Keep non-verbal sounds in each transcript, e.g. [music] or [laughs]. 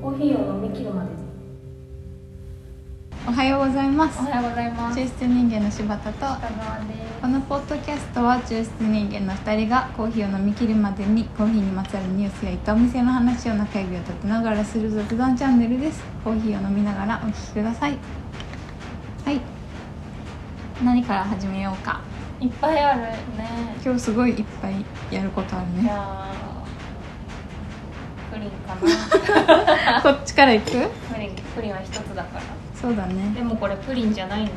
コーヒーを飲み切るまでおはようございますおはようございます抽出人間の柴田と北川ですこのポッドキャストは抽出人間の2人がコーヒーを飲み切るまでにコーヒーにまつわるニュースや行ったお店の話を中指を立てながらする雑談チャンネルですコーヒーを飲みながらお聞きくださいはい何から始めようかいっぱいあるね今日すごいいっぱいやることあるいねやープリンかなこっちから行くプリンプリンは一つだからそうだねでもこれプリンじゃないんで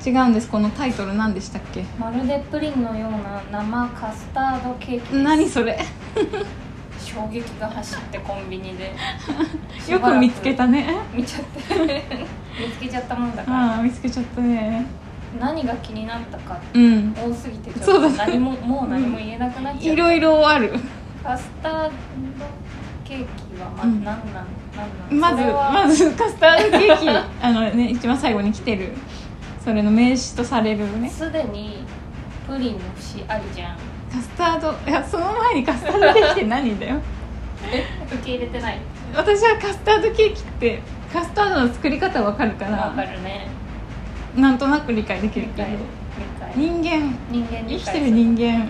す違うんですこのタイトル何でしたっけまるでプリンのような生カスタードケーキ何それ衝撃が走ってコンビニでよく見つけたね見ちゃって見つけちゃったもんだから、ああ見つけちゃったね何が気になったかうん多すぎてちょっそうとだね何ももう何も言えなくなっちゃいったろいろあるカスタードケーキはまうん何なんなんなんまずそれはまずカスタードケー [laughs] キあのね一番最後に来てるそれの名詞とされるねすでにプリンの節ありじゃんカスタードいやその前にカスタードケーキって [laughs] 何だよ受け入れてない私はカスタードケーキってカスタードの作り方わかるかわからるねなんとなく理解でき理るけど解理解人間人間生理解きてる人間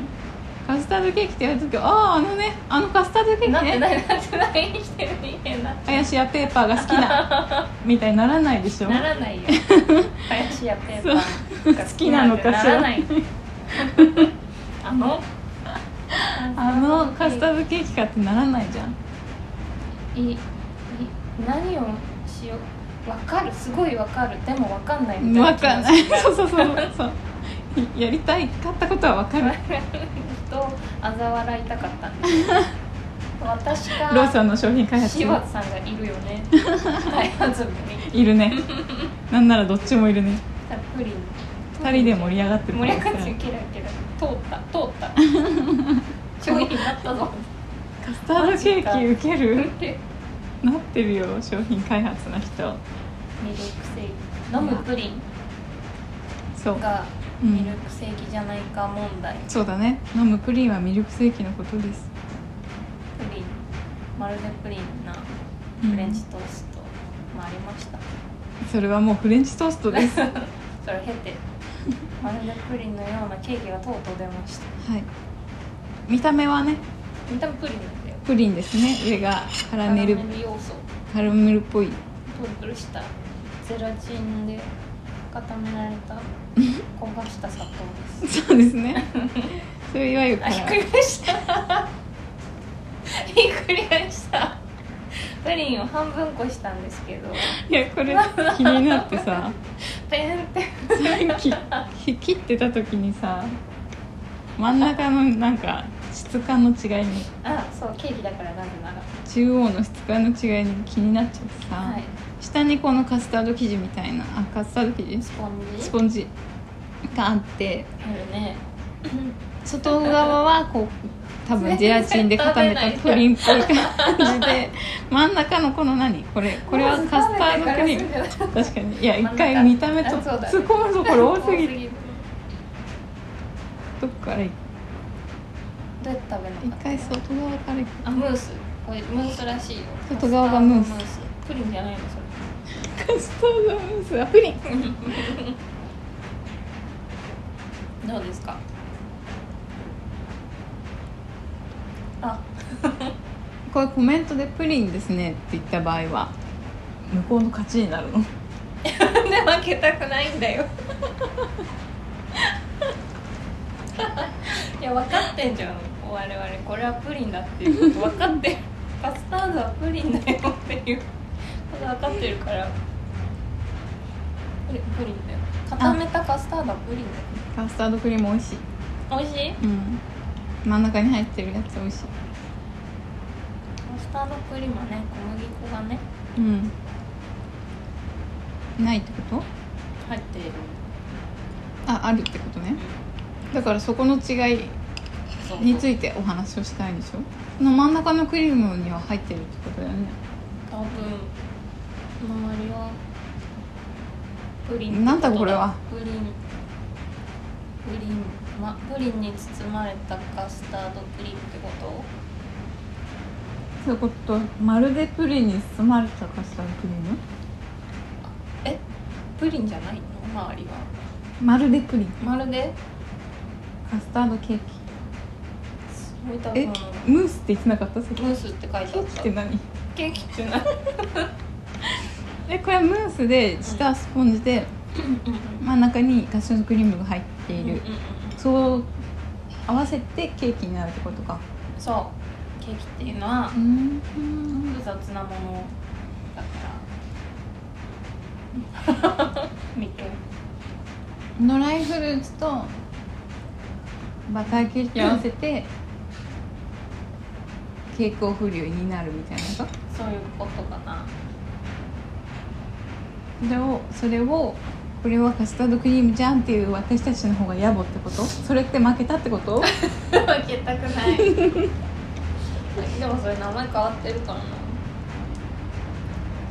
カスタードケーキって言われた時あああのねあのカスタードケなーっキてねないなってない生きてる人間な林やペーパーが好きな [laughs] みたいにならないでしょなら [laughs] ないよ林やペーパーが好きなのかしらならない [laughs] あのあのカスタードケーキかってならないじゃんいい何をしようわかるすごいわかるでもわかんないみたいなわ気がかんないする [laughs] そうそうそうそうやりたいかったことはわかると嘲笑いたかったんです [laughs] 私かローソンの商品開発柴田さんがいるよ [laughs] ね開発部にいるねなんならどっちもいるねたっぷり二人で盛り上がってる盛り上がってキラキラ通った通った [laughs] 商品になったぞカスタードケーキ受けるってなってるよ商品開発の人ミルクセーキ飲むプリンそうがうんミルクセーキじゃないか問題、プそうだね飲むクリーンはミルクセーキのことですリンまるでプリンなうんフレンチトーストもありました、それはもうフレンチトーストですはいそれを経 [laughs] てまるでプリンのようなケーキがとうとう出ました見た目はね見た目プリンなんだよプリンですね上がカカラメル要素カラメルっぽいトリプルしたゼラチンで固められた焦がした砂糖ですそうです [laughs] ねそれいわゆるあカひっラくり返したひっくり返したプリンを半分こしたんですけどいやこれ気になってさ [laughs] ペンペンさっき切ってた時にさ真ん中のなんか質感の違いにあそうケーキだからなぜなら中央の質感の違いに気になっちゃってさ、はい下にこのカスタード生地みたいなあカスタード生地スポンジスポンジがあってあるね外側はこう多分ゼラチンで固めたプリンっぽい感じ [laughs] で真ん中のこの何これこれはカスタードクリームム確かにいや一回見た目とあ [laughs] そうだね突っ込むところ多すぎてるどっから行くどうやって食べなかった一回外側から行くあムースこれムースらしいよ外側がムースカタドプリンじゃないのそれカスタードムースあプリンどうですかあこれコメントで「プリンですね」って言った場合は向こうの勝ちになるのなんで負けたくないんだよ [laughs] いや分かってんじゃん我々これはプリンだっていうこと分かって [laughs] るカスタードはプリンだよっていうこと分かってるからプリプリンだよ固めたカスタードはプリンだカスタードクリーム美味しいよ美味しいうん真ん中に入ってるやつ美味しいカスタードクリームはね小麦粉がねうんないってこと入っているああるってことねだからそこの違いそうについてお話をしたいんでしょその真ん中のクリームには入ってるってことだよね多分周りはプリンってことだなんだこれはプリンプリン、ま、プリンに包まれたカスタードプリンってことそういうことまるでプリンに包まれたカスタードクリームえプリンじゃないの周りはまるでプリンまるでカスタードケーキそういったえムースって言ってなかったそれケムースって書いてあったーキって何ケーキってないえこれはムースで下はスポンジで真ん中にカスタードクリームが入っている、うんうんうんそう合わせてケーキになるってことかそうケーキっていうのはん複雑なものだ [laughs] から見てドライフルーツとバターケーキ合わせて蛍光不良になるみたいなこそういうことかなとそれをそれをこれはカスタードクリームじゃんっていう私たちの方が野暮ってことそれって負けたってこと負けたくないでもそれ名前変わってるからな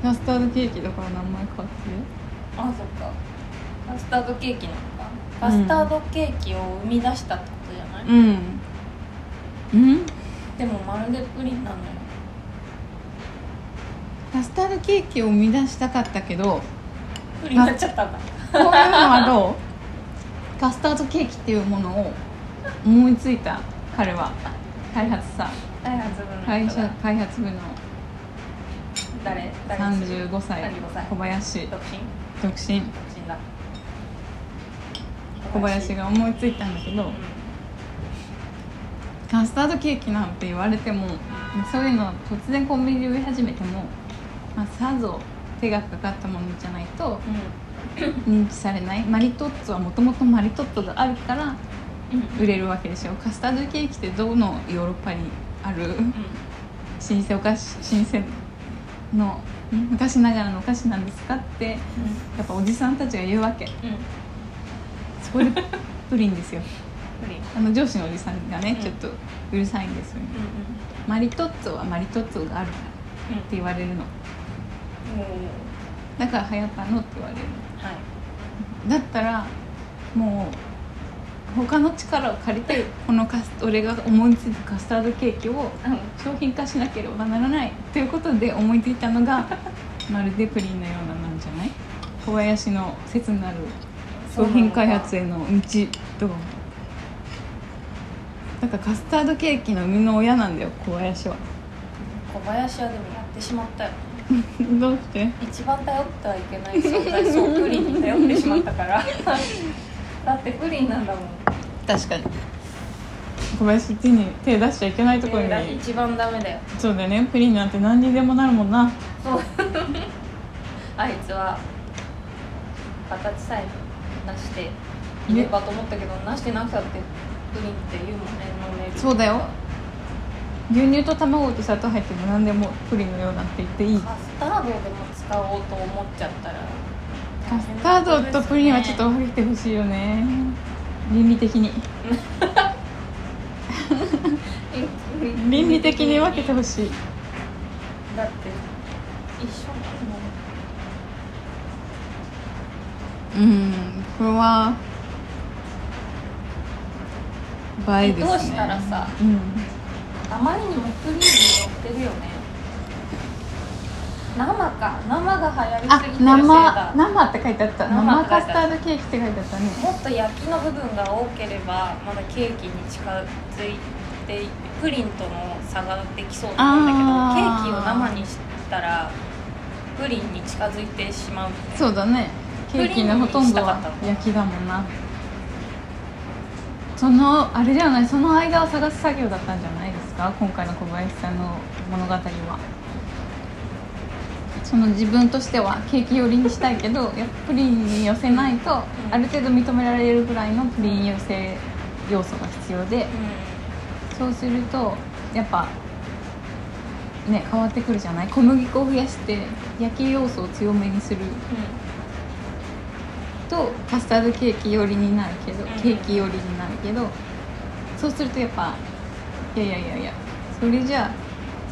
カスタードケーキだから名前変わってるあそっかカスタードケーキなのかカスタードケーキを生み出したってことじゃない、うんうんでもまるでプリンなのよカスタードケーキを生み出したかったけどプリンになっちゃったんだこういうのはどう [laughs] カスタードケーキっていうものを思いついた彼は開発さ開発部の人会社が開発部の誰誰35歳35歳小林独身独身独身だ小林が思いついたんだけどカスタードケーキなんて言われてもそういうの突然コンビニで売り始めても、まあ、さぞ手がかかったものじゃないとう認知されないマリトッツォはもともとマリトッツォがあるからんうんうん売れるわけでしょカスタードケーキってどのヨーロッパにある新鮮お菓子新鮮のん昔ながらのお菓子なんですかってやっぱおじさんたちが言うわけうんうんそこでプリンですよ [laughs] プリンあの上司のおじさんがねうんちょっとうるさいんですよねうんマリトッツォはマリトッツォがあるからって言われるのうんうんだから流行ったのって言われるはいのだったらもう他の力を借りてこのカス俺が思いついたカスタードケーキをうん商品化しなければならないということで思いついたの [laughs] がまるでプリンのようななんじゃない小林の説なる商品開発への道とだからカスタードケーキの生みの親なんだよ小林は小林はでもやってしまったよ [laughs] どうして一番頼ってはいけない存在そうプリンに頼ってしまったからだってプリンなんだもん確かに小林手に手出しちゃいけないところに一番ダメだよそうだよねプリンなんて何にでもなるもんなそうあいつは形さえなしていればと思ったけど、なしてなくたってプリンって言うもんね飲めるそうだよ牛乳と卵と砂糖入っても何でもプリンのようなんて言っていいカスタードでも使おうと思っちゃったらカスタードとプリンはちょっと分けてほしいよね倫理的に倫理的に分けてほしいだって一緒にもうんこれは映どうしたらさうんあまりにもプリンに乗ってるよね生か生が流行ありすぎてるせい生だ生って書いてあった生生って書いてあったカスタードケーキって書いてあったねもっと焼きの部分が多ければまだケーキに近づいてプリンとの差ができそうなんだけどあーケーキを生にしたらプリンに近づいてしまうよねそうだねケーキのほとんどは焼きだもんなそのあれじゃないその間を探す作業だったんじゃないですか今回の小林さんの物語はその自分としてはケーキ寄りにしたいけどやっぱプリンに寄せないとあうんる程度認められるぐらいのプリン寄せ要素が必要でそうするとやっぱね変わってくるじゃない小麦粉を増やして焼き要素を強めにするうとカスタードケーキ寄りになるけどうんケーキ寄りになるけどそうするとやっぱいやいやいやいやそれじゃあんうん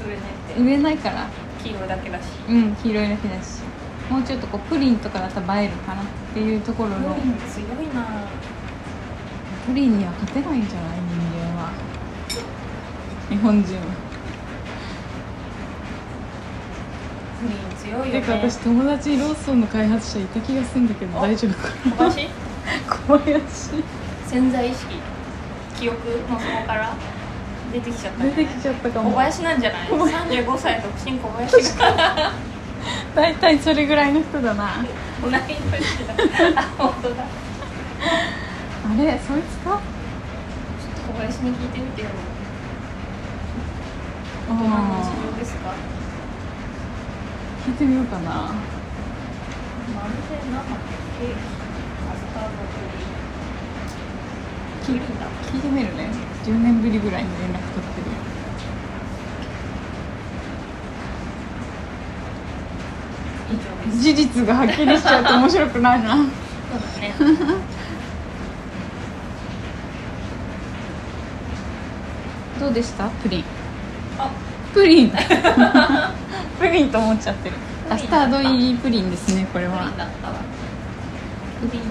ずれね売れないからって黄色だけだしうん黄色いだけだしもうちょっとこうプリンとかだったら映えるかなっていうところプのリン強いなプリンには勝てないんじゃない人間は日本人はプリン強いよてねか私友達にローソンの開発者いた気がするんだけどお大丈夫か小林な小林潜在意識記憶もそこから出てきちゃったん出じゃないてきちゃったか小も林なんじゃない小林35歳独身小林が大体それぐらいの人だなあ同い年だあ本当だれそいつか小林に聞いてみてよ大人のあ事情ですかあ聞いてみようかなまるで生ケーキカスタードプリンプリンだ聞いてみるね10年ぶりぐらいに連絡取ってる以上です事実がはっきりしちゃうと面白くないなそうだねどうでしたプリンあプリン [laughs] プリンと思っちゃってるカスタード入りプリンですねこれプリはンだったわプリン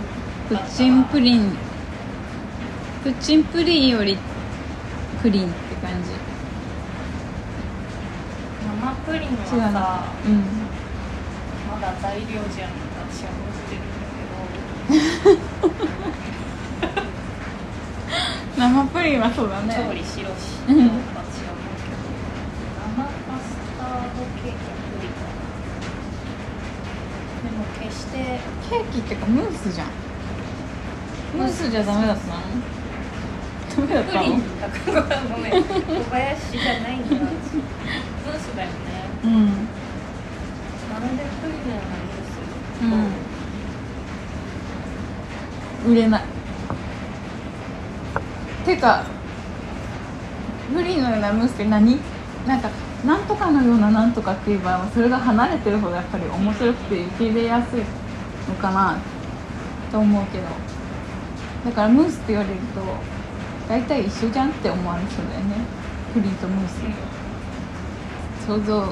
プッチンプンリンプッチンプリンよりプリンって感じ生プリンは違うなさうんまだ材料じゃん私は思ってるんだ生プリンはそうだけど、調ね理しろし、う私は思うんけど生カスタードケーキは無理かなでも決してケーキってかムースじゃんムースじゃダメだったのダメだっプたリのンだからごめん小林じゃないんだムースだよねうんまるでプリンのようなムース、売れないてか無理のようなムースって何なんかなんとかのようななんとかっていう場合はそれが離れてる方がやっぱり面白くて受け入れやすいのかなと思うけどだからムースって言われると大体一緒じゃんって思われそうだよねプリンとムーうんス想像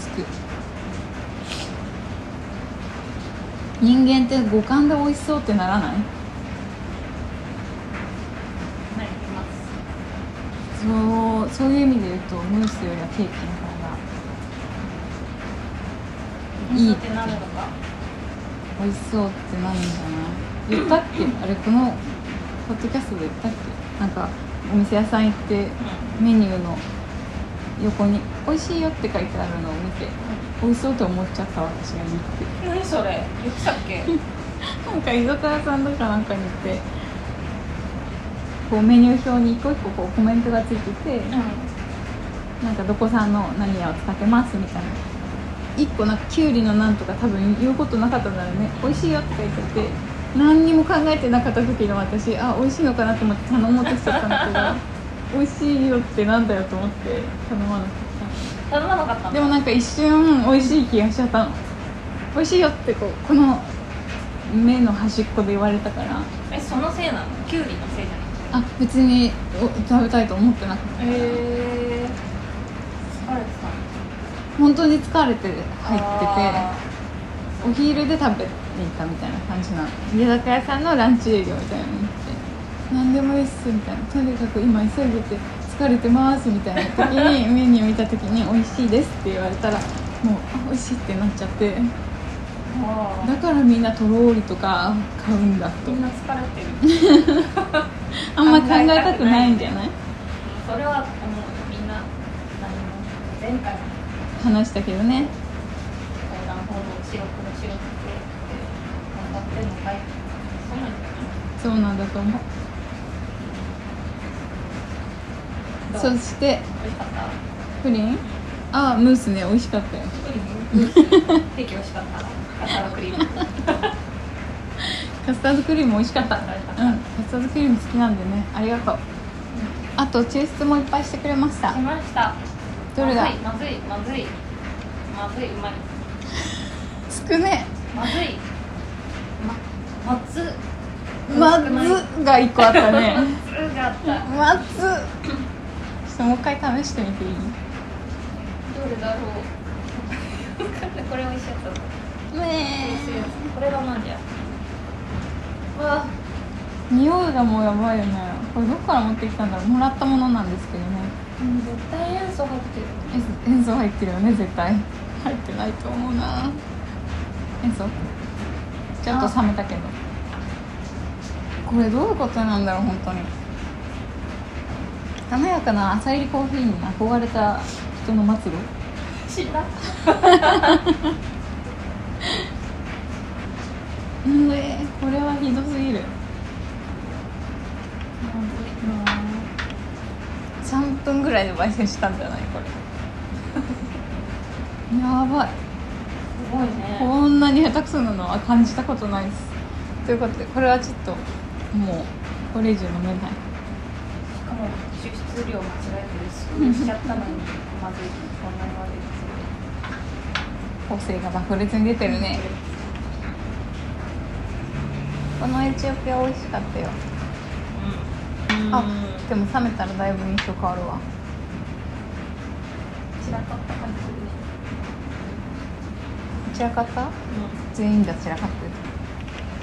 つく人間って五感で美味しそうってならないなりますそうそういう意味で言うとムースよりはケーキの方がいいムースってなるのか美味しそうってなるんじゃない言ったっけあれこのポッドキャストで言ったっけなんかお店屋さん行ってメニューの横に「美味しいよ」って書いてあるのを見て美味しそうと思っちゃった私が見て何それ言ってたっけなんか居酒屋さんとかなんかに行ってこうメニュー表に一個一個こうコメントがついててなんかどこさんの何やを使ってますみたいな1個なんかきゅうりのなんとか多分言うことなかったんだろうね美味しいよって言ってて何にも考えてなかった時の私あ美味しいのかなと思って頼もうとしちゃったんだけど [laughs] 美味しいよってなんだよと思って頼まなかっ頼まなかったたのでもなんか一瞬美味しい気がしちゃったの美味しいよってこうこの目の端っこで言われたからえそのせいなのキュウリのせいじゃなあ別にお食べたいと思ってなかったくてへえ疲れてた本当に疲れて入っててあお昼で食べていたみたいな感じなの居酒屋さんのランチ営業みたいなのに行って何でもいいっすみたいなとにかく今急いでて疲れてますみたいな時にメニュー見た時に「美味しいです」って言われたらもうあ美味しいってなっちゃってーあだからみんなとろーりとか買うんだーとみんな疲れてるあんま考えたくないんじゃないそれはあのみんな何も前回の話したけどね横断歩道白黒白くて頑張ってんのかいそうなんじゃそうなんだと思うないそ美して味しかったプリンあムースね美味しかったよケーキ美味しかったカスタードクリームカスタードクリーム美味しかったうんカスタードクリーム好きなんでねありがとうあと抽出もいっぱいしてくれましたしましたどれだまずいまずいまずいまずいうまい少ねまずいままずま少ないずが一個あったねずがあったまずちょっともう一回試してみていいどれだろう [laughs] これ美味しいやつだねこれがマンじゃわあ匂いがもうやばいよねこれどっから持ってきたんだろうもらったものなんですけどねうん絶対塩素入ってるえ塩素入ってるよね絶対入ってないと思うな塩素ちょっと冷めたけどこれどういうことなんだろう本当に華やかな朝入りコーヒーに憧れた人の末路知らんうんえーこれはひどすぎる3分ぐらいで焙煎したんじゃないこれ [laughs] やばいすごいねこんなに下手くそなのは感じたことないですということでこれはちょっともうこれ以上飲めないしかも抽出量間違えてるししちゃったのにまずいこんなにまずい個性が爆裂に出てるねこのエチオピア美味しかったようんああでも冷めたらだいぶ印象変わるわ散らかった感じするね散らかった全員が散らかってる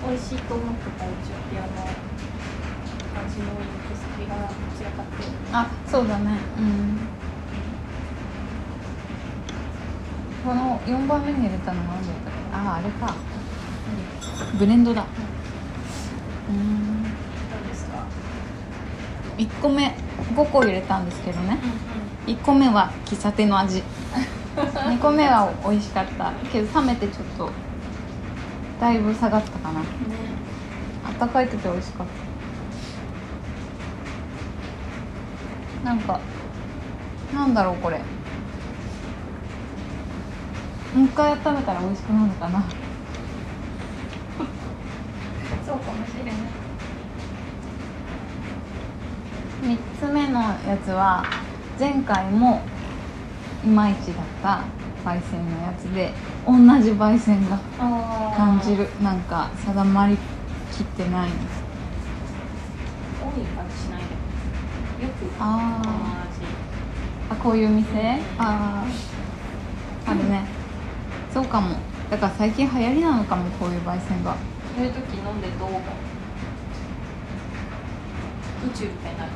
美味しいと思ってたエチオピアの味の薄すりが散らかってあそうだねうんこの4番目に入れたのは何だったっけあああれかブレンドだうんどうですか1個目5個入れたんですけどねうんうん1個目は喫茶店の [laughs] 味2個目は美味しかったけど冷めてちょっとだいぶ下がったかなねあったかいけど美味しかったなんかなんだろうこれもう一回温めたら美味しくなるのかなそうかもしれない3つ目のやつは前回もいまいちだった焙煎のやつで同じ焙煎があー感じるなんか定まりきってない多い感じしないでよくあーこの味あこういう店あああるねそうかもだから最近流行りなのかもこういう焙煎がそういう時飲んでどう思う宇宙みたいになる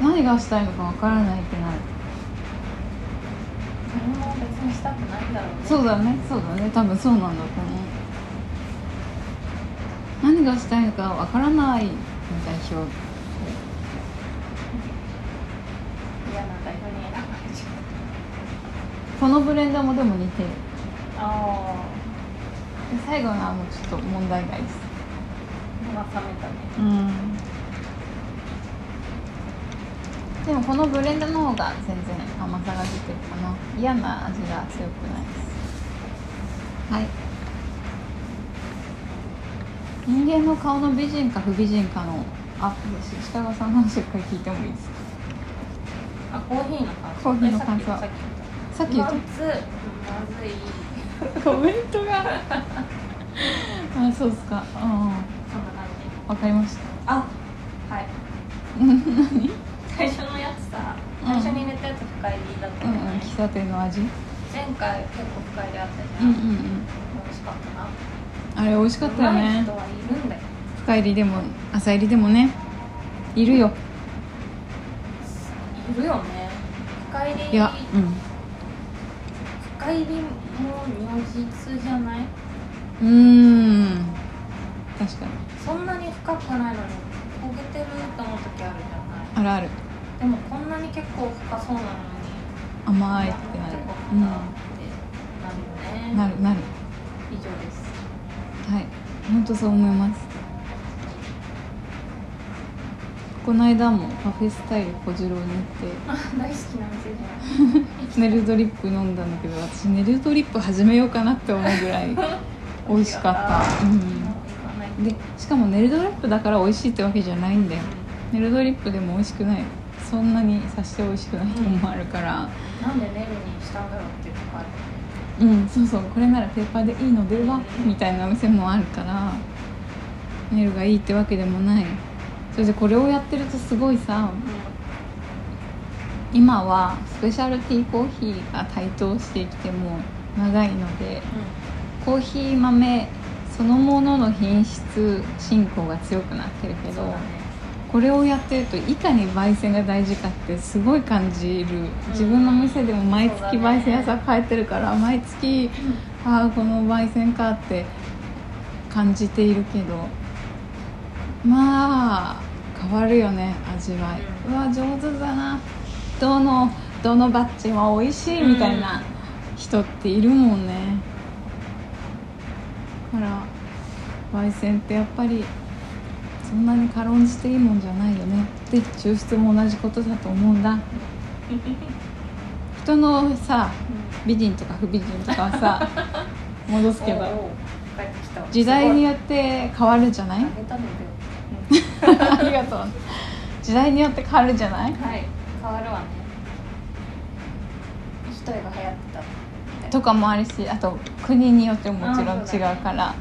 何がしたいのかわからないってなる何も別にしたくないんだろうねそうだねそうだね多分そうなんだと思う何がしたいのかわからないみたい表嫌な台風に選ばれちゃうこのブレンダーもでも似てるであ最後のはもうちょっと問題外ですあ目が覚めたねうんでもこのブレンドの方が全然甘さが出てるかな嫌な味が強くないですはい人間の顔の美人か不美人かのあし下川さんの話を一回聞いてもいいですかあコーヒーの感想コーヒーの感想えさっきさっき言っ言ったまずまずたいコメントが [laughs] あそうですかうんそんな感じわかりましたあはい [laughs] 最初のやつさ最初に入れたやつ深入りだったうじゃんうんない、喫茶店の味前回結構深入りあったじうゃんん、うんうん美味しかったなあれ美味しかったよ上手ねい人はいるんだよ深入りでも浅入りでもねいるよいるよね深入りいや深入りも如実じゃないうんうーん確かにそんなに深くないのに焦げてると思う時あるじゃないあるあるでもこんなに結構深そうなのに甘いってなる結構う深んってなるよねなるなる以上です [laughs] はい本当そう思いますこの間もカフェスタイル小次郎に行っあ大好きな店じゃんてネルドリップ飲んだんだけど私ネルドリップ始めようかなって思うぐらい美味しかった、うもう行かないん、でしかもネルドリップだから美味しいってわけじゃないんだよネルドリップでも美味しくないそんなにさして美味しくないとこもあるからなんでネルにしたんだろうっていうとこあるうん、そうそうこれならペーパーでいいのではみたいなお店もあるからネルがいいってわけでもないそれでこれをやってるとすごいさ今はスペシャルティーコーヒーが台頭してきてもう長いのでコーヒー豆そのものの品質進行が強くなってるけど、そうだねこれをやってるといかに焙煎が大事かってすごい感じる自分の店でも毎そうだ月ね焙煎屋さん変えてるから毎月ああこの焙煎かって感じているけどまあ変わるよね味わい、ううんわ上手だなどのどのバッチは美味しいみたいな人っているもんね、だから焙煎ってやっぱりそんなに軽んじていいもんじゃないよねで抽出も同じことだと思うん [laughs] だ人のさ美人とか不美人とかはさ戻すけどおうおう帰ってきた時代にあよって変わるじゃないげたんだ [laughs] ありがとう時代によって変わるじゃないけどはい変わるわね一重が流行ってたとかもあるしあと国によってももちろんあ違そううだねから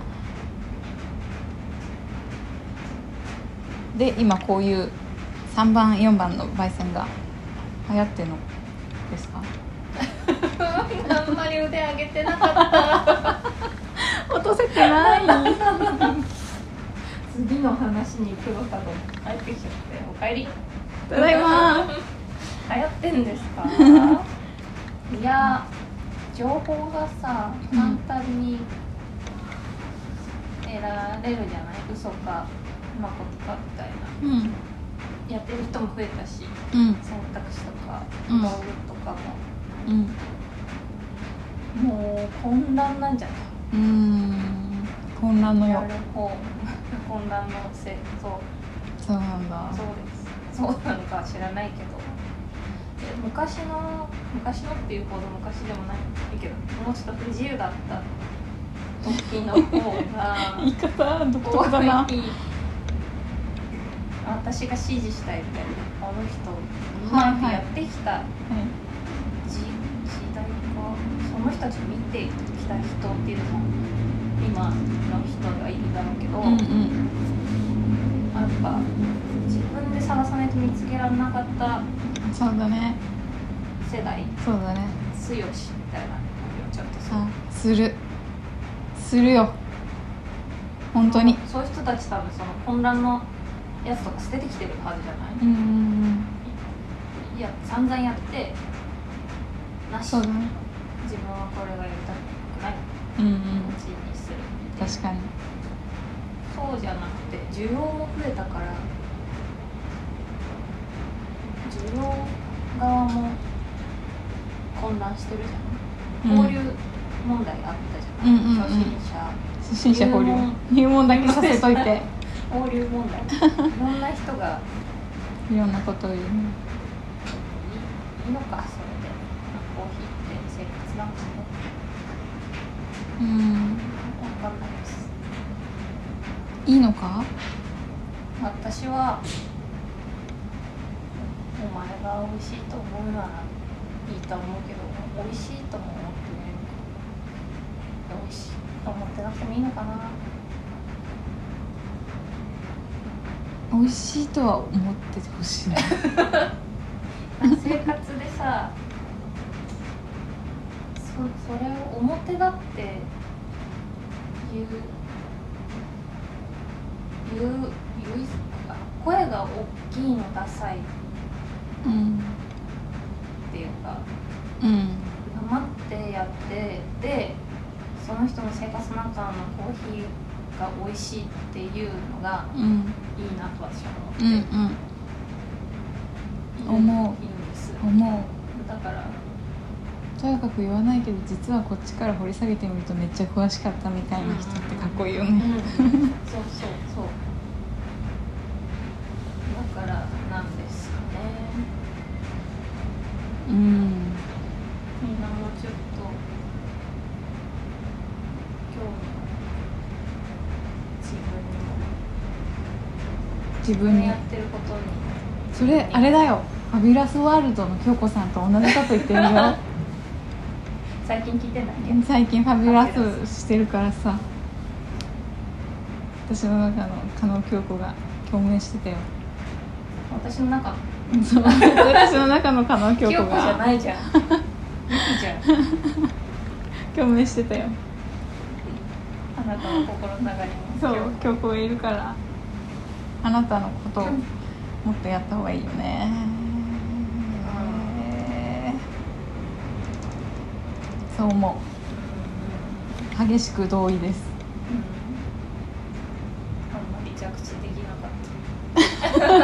で今こういう3番4番の焙煎が流行ってるのですかあんまり腕上げてなかった落とせてない次の話に行くのかと帰ってきちゃっておかえりただいま流行ってんですかいや情報がさ簡単に得られるじゃない嘘かまことかみたいなうんやってる人も増えたしうん選択肢とかう道ん具とかうんも、もう混乱なんじゃないうーん混乱のなよるほど混乱のせいそうそうなんだそうですそうなのか知らないけどえ昔の昔のっていうほど昔でもないけどもうちょっと不自由だった時の方が言い方 [laughs] 独こう特だな私が支持したいみたいなあの人うはいまくやってきたは時時代かその人たちを見てきた人っていうのも今の人がいるだろうけど、いうんやっぱ自分で探さないと見つけられなかったうんそうだね世代そうだね強しみたいなちょっとさあするするよ本当にそういう人たち多分その混乱のやつとか捨ててきてるはずじゃない、うんうんいや散々やってなうんしそうだね自分はこれがやりたくないうんう気ん持ちにする確かにそうじゃなくて需要も増えたから需要側も混乱してるじゃん、うん交流問題あったじゃない、うんうんうん初心者初心者保留入門だけさせといて交流問 [laughs] 題いろんな人がいろんなことを言うねいいのかそれでコーヒーって生活なんかねうんわかんないですいいのか私はお前が美味しいと思うならいいと思うけど美味しいとも思ってないのか美味しいと思ってなくてもいいのかな美味しいとは思っててほしいななんか生活でさそそれを表だって言う言う言うあ声が大きいのダサいっうんていうかうん黙ってやってでその人の生活の中のコーヒーが美味しいっていうのがうんいいなと私はうんうんうん思ういいんです思だからうとやかく言わないけど実はこっちから掘り下げてみるとめっちゃ詳しかったみたいな人ってかっこいいようんねそうそうそうだからなんですかねうんみんなもうちょっと興味を自分にも自自分分のにやってることにそれあれだよファビュラスワールドの京子さんと同じこと言ってるよ最近聞いてないけど最近ファビュラスしてるからさ私の中の加納京子が共鳴して [laughs] たよ私の中そう私の中の加納京清子子じゃがない [laughs] じゃん。ミキじゃん。共鳴してたよあのなたの心の中にもそう曲を得るからあなたのことをうんもっとやった方がいいよねそう思う激しく同意ですうんあんまり着地できなか [laughs] った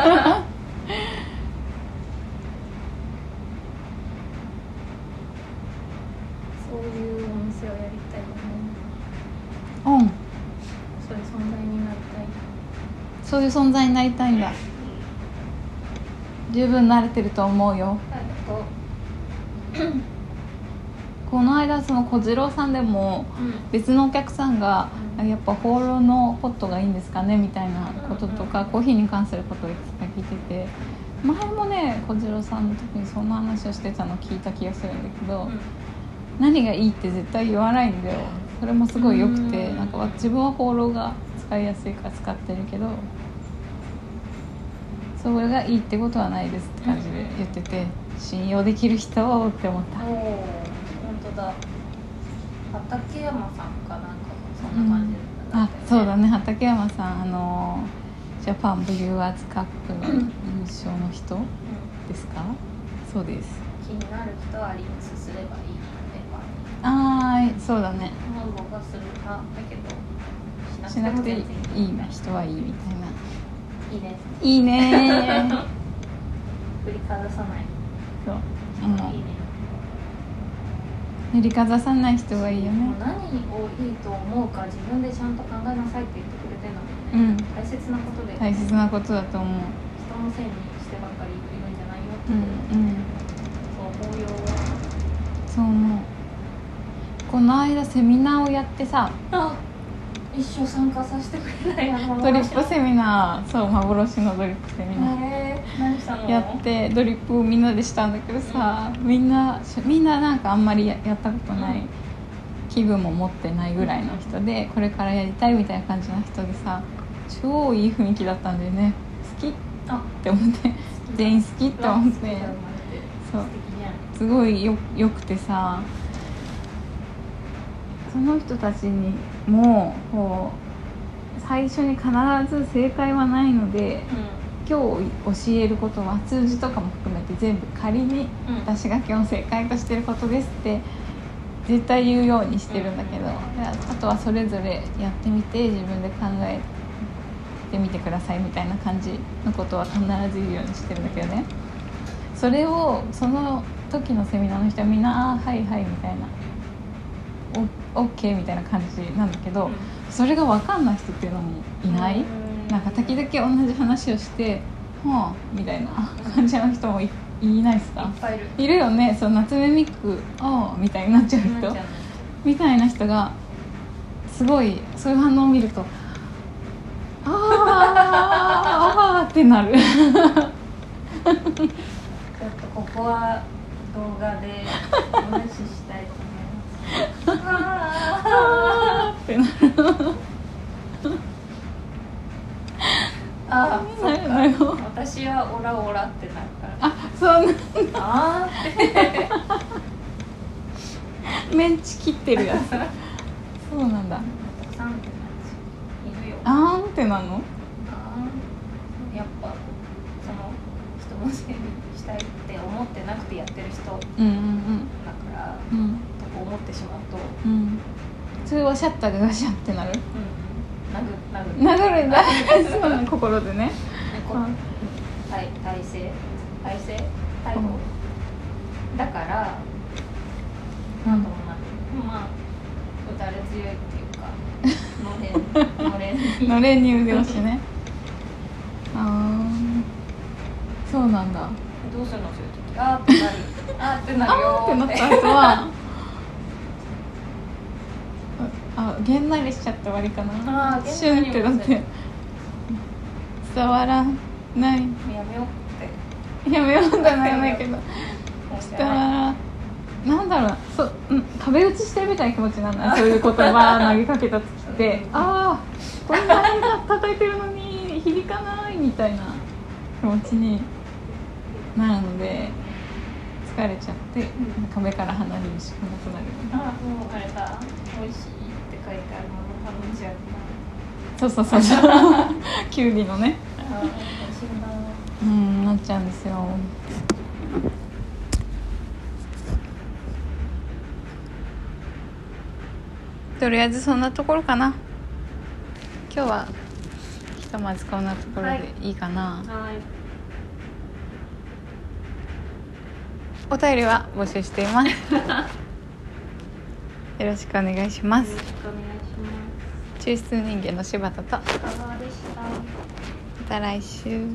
そういうお店をやりたいよねうんそういう存在になりたいそういう存在になりたいんだ十分慣れてると思うよありがとうこの間その小次郎さんでもうん別のお客さんが「うあやっぱホーローのポットがいいんですかね」みたいなこととかコーヒーに関することをいくつか聞いてて前もね小次郎さんの時にそんな話をしてたの聞いた気がするんだけど、何がいいって絶対言わないんだよそれもすごい良くてうんなんかわ自分はホーローが使いやすいから使ってるけどそれがいいってことはないですって感じで言ってて信用できる人をって思っおた。お本当だ畠山さんかなんかそんな感じだあったそうよねだね畠山さんあのジャパンブリュワーズカップの優勝の人うですかそうですん気になる人はリンクすればいいメンバーにああそうだねマンボがする派だけどしなくていい全然いいな人はいいみたいないいですいいね [laughs] ー振りかざさない、そういいね塗りかざさない人がいいよもうね何をいいと思うか自分でちゃんと考えなさいって言ってくれてるのもうね、ん大切なことで、大切なことだと思う人のせいにしてばっかりいるんじゃないよってういう、んうんそう応用はそう思うこの間セミナーをやってさあ一生参加させてくれないあのドリップセミナーそう幻のドリップセミナーえー、何したのやってドリップをみんなでしたんだけどさみんなしみんななんかあんまりややったことないうん器具も持ってないぐらいの人でこれからやりたいみたいな感じの人でさ超いい雰囲気だったんだよね好きっあて思って全員好きって思ってうわそう素敵じゃんすごいよよくてさその人たちにもこう最初に必ず正解はないので今日教えることは数字とかも含めて全部仮にうんうん私が今日正解としてることですって絶対言うようにしてるんだけど、うんあとはそれぞれやってみて自分で考えてみてくださいみたいな感じのことは必ず言うようにしてるんだけどねそれをその時のセミナーの人はみんな「ああーはいはい」みたいな「オッケー」みたいな感じなんだけど、それが分かんない人っていうのもいない、うんなんか時々同じ話をして「はあ」みたいな感じの人もいいないですかいっぱいいるいるよねそう夏目ミク「ああ」みたいになっちゃうなっ人ちゃうねみたいな人がすごいそういう反応を見ると「ああああ」ってなるちょっとここは動画で無視したいと思います。あってなーあー、そっるのよか。私はオラオラってなるから。あそうなあーって。メンチ切ってるやつそうなんだたくさんってなるしいるよ。ああーんってなのーやっぱその人のせいにしたいって思ってなくてやってる人だかうんうんらうんうんとか思ってしまうと、うん、うんそれはシャッターがガシャンってなる殴るな殴る。るんだそうなの心でね猫うん体体制体制態度、だからうなんんともなくまあ打たれ強いっていうかのれんのれんに [laughs] のれんに腕押しねああそうなんだどうするのそういう時あーってなるあーってなるよあーってなーっってた後は [laughs] ああげんなりしちゃって終わりかなあーシュンってげんななっりて伝わらやめよないうってやめようじゃないないけど思って伝わらなんだろうそう、うん、壁打ちしてるみたいな気持ちなんだそういう言葉投げかけた時ってああこんなに叩いてるのに響かないみたいな気持ちになるので疲れちゃって壁から離れるしかなくなるあーもうあれだ美味しいって書いてあるものパンチあるそうそう [laughs] そうそうきゅうりのねあー美味しいなうんなっちゃうんですよとりあえずそんなところかな今日はひとまずこんなところでいいかな、はいお便りは募集していますよろしくお願いしまよすろしくお願いしま抽出人間の柴田とます川でしたた来週